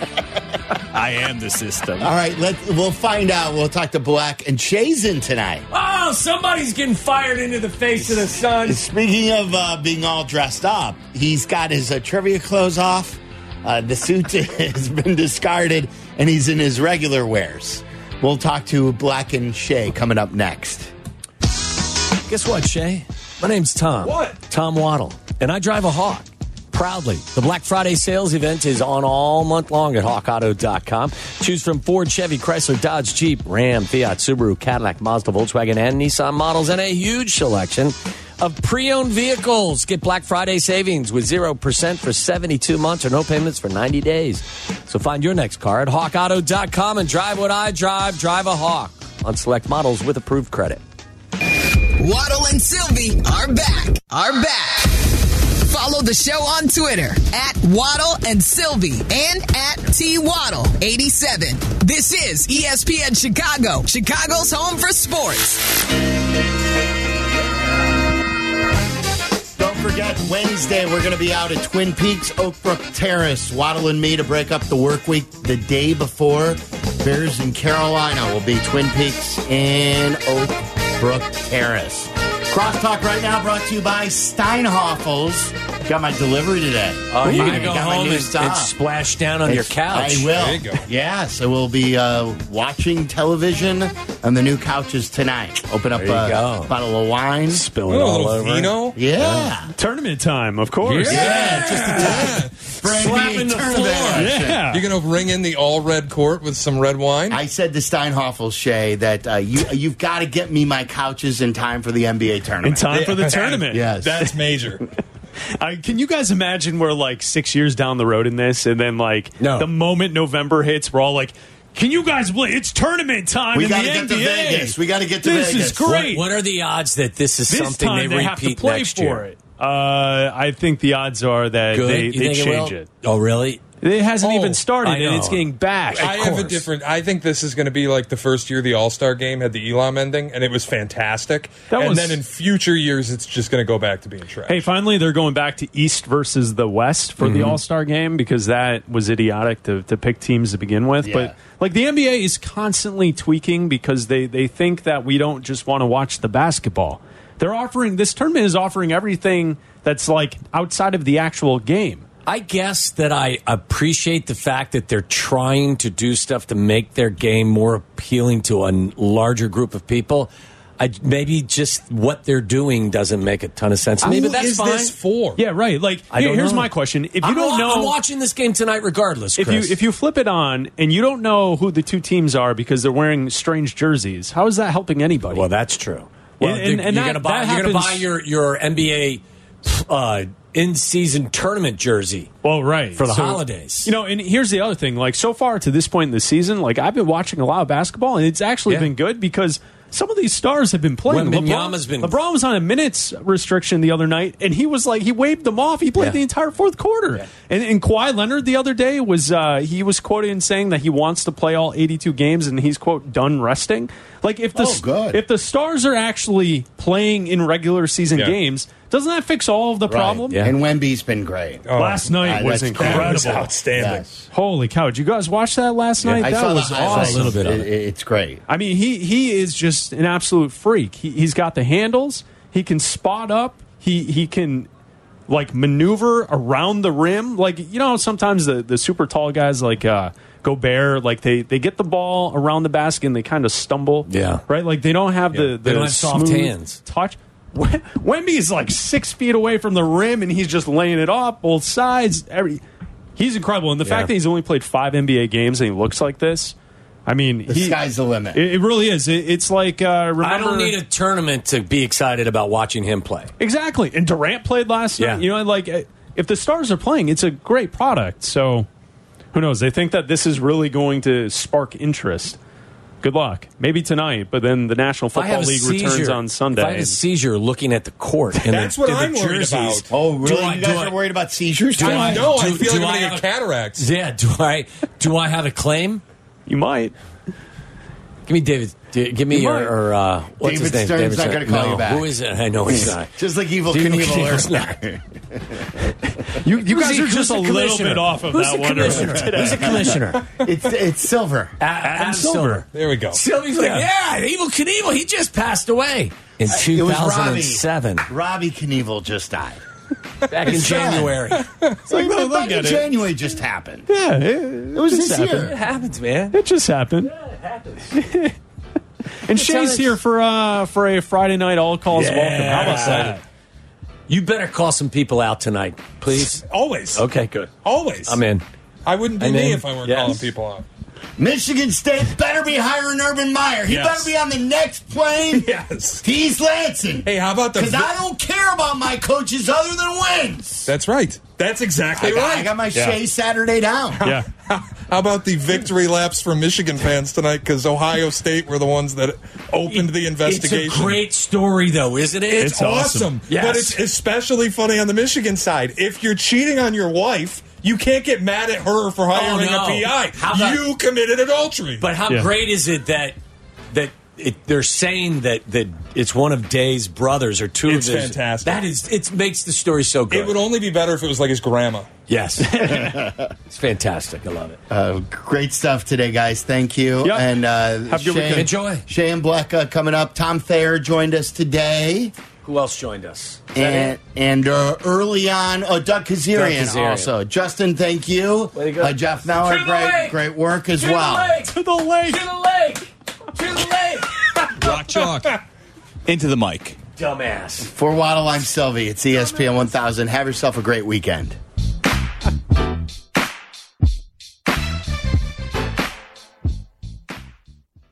S4: I am the system.
S3: All right. Let we'll find out. We'll talk to Black and Chazen tonight.
S1: Oh, somebody's getting fired into the face of the sun.
S3: Speaking of uh, being all dressed up, he's got his uh, trivia clothes off. Uh, the suit has been discarded, and he's in his regular wears. We'll talk to Black and Shay coming up next.
S1: Guess what, Shay? My name's Tom.
S13: What?
S1: Tom Waddle. And I drive a Hawk. Proudly. The Black Friday sales event is on all month long at hawkauto.com. Choose from Ford, Chevy, Chrysler, Dodge, Jeep, Ram, Fiat, Subaru, Cadillac, Mazda, Volkswagen, and Nissan models, and a huge selection of pre owned vehicles. Get Black Friday savings with 0% for 72 months or no payments for 90 days. So find your next car at hawkauto.com and drive what I drive. Drive a Hawk on select models with approved credit.
S2: Waddle and Sylvie are back. Are back. Follow the show on Twitter at Waddle and Sylvie and at T Waddle 87. This is E ESPN Chicago, Chicago's home for sports.
S3: Don't forget, Wednesday we're going to be out at Twin Peaks, Oakbrook Terrace. Waddle and me to break up the work week the day before. Bears in Carolina will be Twin Peaks and Oakbrook Terrace. Crosstalk right now brought to you by Steinhoffels. Got my delivery today.
S1: Oh, you're
S3: Ooh,
S1: gonna
S3: I
S1: go
S3: got my
S1: home
S3: new
S1: and-
S3: stop.
S1: and splash down on your couch.
S3: I will.
S1: There you go.
S3: Yes, I will be uh, watching television on the new couches tonight. Open up
S15: There you
S3: a
S15: go.
S3: bottle of wine, spill
S15: Ooh, a little vino?
S3: Yeah.
S15: Tournament time, of course.
S3: Yeah,
S15: just a
S3: Slapping the floor.
S15: Yeah.
S3: You're
S16: going to ring in the all red court with some red wine?
S3: I said to Steinhoffel, Shay, that uh, you, you've got to get me my couches in time for the NBA tournament.
S15: in time for the tournament.
S3: yes.
S15: major. I, can you guys imagine we're like six years down the road in this, and then like the moment November hits, we're all like, "Can you guys believe it's tournament time
S3: We
S15: in the
S3: gotta
S15: NBA?
S3: get to Vegas. We gotta get to
S15: this
S3: Vegas."
S15: is great.
S1: What, what are the odds that this is
S15: this
S1: something
S15: time
S1: they, repeat
S15: have to play
S1: next
S15: for
S1: year?
S15: it. Uh, I think the odds are that
S1: Good?
S15: they,
S1: You
S15: they
S1: think it
S15: change
S1: will?
S15: it.
S1: Oh, really?
S15: It hasn't
S16: Oh,
S15: even started,
S16: I
S15: and
S16: know.
S15: it's getting bashed.
S16: I have a different. I think this is going to be like the first year the All Star game had the Elam ending, and it was fantastic.
S15: That
S16: and
S15: was-
S16: then in future years, it's just going to go back to being trash.
S15: Hey, finally, they're going back to East versus the West for the
S16: Mhm.
S15: All Star game because that was idiotic to, to pick teams to begin with. But like the NBA is constantly tweaking because they, they think that we don't just want to watch the basketball. They're offering this tournament is offering everything that's like outside of the actual game.
S1: I guess that I appreciate the fact that they're trying to do stuff to make their game more appealing to a n- larger group of people. I, maybe just what they're doing doesn't make a ton of sense. to me, but that's fine.
S16: for?
S15: Yeah, right. Like
S1: I
S15: here-
S1: don't
S15: here's
S1: know.
S15: my question: If you
S1: I'm
S15: don't
S1: wa-
S15: know,
S1: I'm watching this game tonight regardless.
S15: If you
S1: Chris.
S15: if you flip it on and you don't know who the two teams are because they're wearing strange jerseys, how is that helping anybody? Well,
S1: that's true. Well,
S15: and,
S1: you're
S15: and
S1: gonna
S15: that-
S1: buy,
S15: that
S1: you're gonna buy
S15: happens-
S1: your your NBA uh, in season tournament jersey.
S15: Well, right
S1: for the
S15: So,
S1: holidays.
S15: You know, and here's the other thing. Like so far to this point in the season, like I've been watching a lot of basketball, and it's actually
S1: Yeah.
S15: been good because some of these stars have been playing.
S1: Wembanyama's
S15: LeBron,
S1: been-
S15: LeBron was on a minutes restriction the other night, and he was like he waved them off. He played
S1: Yeah.
S15: the entire fourth quarter. And, and Kawhi Leonard the other day was uh, he was quoted in saying that he wants to play all 82 games, and he's quote done resting. Like if the
S3: Oh, good.
S15: if the stars are actually playing in regular season
S3: Yeah.
S15: games, doesn't that fix all of the problem?
S3: And Wemby's been great.
S15: Last night
S3: Uh,
S15: was
S3: that's-
S15: incredible.
S3: that was outstanding.
S15: Holy cow! Did you guys watch that last
S3: Yeah.
S15: night?
S3: I
S15: that
S3: saw the
S15: was
S3: highlights.
S15: awesome.
S3: A little bit of It- It's great.
S15: I mean, he he is just an absolute freak. He, he's got the handles. He can spot up. He he can like maneuver around the rim. Like you know, sometimes the, the super tall guys like uh, Gobert, like they they get the ball around the basket and they kind of stumble.
S1: Yeah.
S15: right. Like they don't have the, the
S1: They don't have soft
S15: smooth
S1: hands.
S15: touch. Wem- Wemby is like six feet away from the rim and he's just laying it off both sides. Every he's incredible, and the
S3: Yeah.
S15: fact that he's only played five NBA games and he looks like this. I mean,
S3: The sky's the limit.
S15: it, it really is. It, it's like uh, remember.
S1: I don't need a tournament to be excited about watching him play.
S15: exactly. And Durant played last
S1: Yeah.
S15: night. You know, like uh, if the stars are playing, it's a great product. So who knows? They think that this is really going to spark interest. Good luck. Maybe tonight, but then the National
S1: If I
S15: Football
S1: have a
S15: League
S1: seizure,
S15: returns on Sunday.
S1: If I have a seizure looking at the court, and
S15: That's
S1: the,
S15: what
S1: and the
S15: I'm worried
S1: jerseys,
S15: about. Oh,
S1: do
S15: really?
S1: I-
S15: You
S1: do
S15: guys
S1: I-
S15: are
S3: worried about seizures?
S1: do
S16: I know. I
S1: do-
S16: feel
S1: do
S16: like I'm
S1: I
S16: gonna
S1: have
S16: get
S1: a-
S16: cataracts.
S1: Yeah. Do I? Do I have a claim?
S15: You might.
S1: Give me David. d- Give me
S3: You
S1: your.
S3: might.
S1: Or, uh, what's
S3: David
S1: his name?
S3: Stern's not
S1: Stern.
S3: gonna call
S1: No,
S3: you back.
S1: Who is it? I know he's not.
S3: Just like Evil
S1: Dude,
S3: Knievel.
S1: Knievel's
S3: or-
S1: not.
S15: You, you
S1: Who's
S15: guys
S1: the-
S15: are
S1: who's
S15: just
S1: the
S15: a little
S1: commissioner?
S15: bit off of
S1: Who's
S15: that
S1: the
S15: one.
S1: commissioner?
S15: today.
S1: Who's the commissioner?
S3: it's it's Silver.
S1: Adam, Silver.
S16: There we go.
S1: Silver's like, yeah, Evil Knievel. He just passed away in
S3: It was Robbie.
S1: 2007.
S3: Robbie Knievel just died.
S1: Back in
S3: His son.
S1: January.
S3: It's like,
S15: Look
S3: look, back
S15: at
S3: in
S15: it.
S3: January just happened.
S15: Yeah, it,
S3: It was
S15: just
S3: this
S15: happened.
S3: year.
S1: It happens, man.
S15: It just happened. and Shay's here for uh, for a Friday night all calls welcome. How about that?
S1: You better call some people out tonight, please.
S16: Always.
S1: Okay, good.
S16: Always.
S1: Uh, I'm in.
S16: I wouldn't be
S1: I'm
S16: me
S1: in.
S16: if I weren't
S1: Yes.
S16: calling people out.
S3: Michigan State better be hiring Urban Meyer. He
S16: Yes.
S3: better be on the next plane.
S16: Yes.
S3: to East Lansing.
S16: Hey, how about the?
S3: Because I don't care about my coaches other than wins.
S16: That's right. That's exactly
S3: I got,
S16: right.
S3: I got my Shea Saturday down.
S15: Yeah.
S16: How about the victory laps for Michigan fans tonight? Because Ohio State were the ones that opened the investigation.
S1: It's a great story, though, isn't it?
S16: It's awesome. But it's especially funny on the Michigan side. If you're cheating on your wife, you can't get mad at her for hiring
S1: Oh, no.
S16: a PI.
S1: How about-
S16: you committed adultery.
S1: But how
S16: Yeah.
S1: great is it that that it, they're saying that that it's one of Day's brothers or two
S16: It's
S1: of his?
S16: fantastic.
S1: That is, it makes the story so good.
S16: it would only be better if it was like his grandma.
S1: yes, it's fantastic. I love it.
S3: Uh, great stuff today, guys. Thank you.
S1: Yeah.
S3: And uh,
S1: Have a good
S3: Shay-
S1: weekend. Enjoy.
S3: Shay and Bleck uh, coming up. Tom Thayer joined us today.
S1: Who else joined us? Is that
S3: And,
S1: it?
S3: and uh, early on, oh, Doug Kazarian,
S1: Doug Kazarian.
S3: also. Justin, thank you.
S1: Way to go.
S3: Uh, Jeff Nauer,
S1: To the
S3: great,
S1: lake!
S3: great work as
S1: To the
S3: well.
S1: lake!
S15: To the lake.
S1: To the lake. To the lake.
S4: Rock chalk. Into the mic.
S1: Dumbass.
S3: E For Waddle, I'm Sylvie. It's ESPN 1000. Have yourself a great weekend.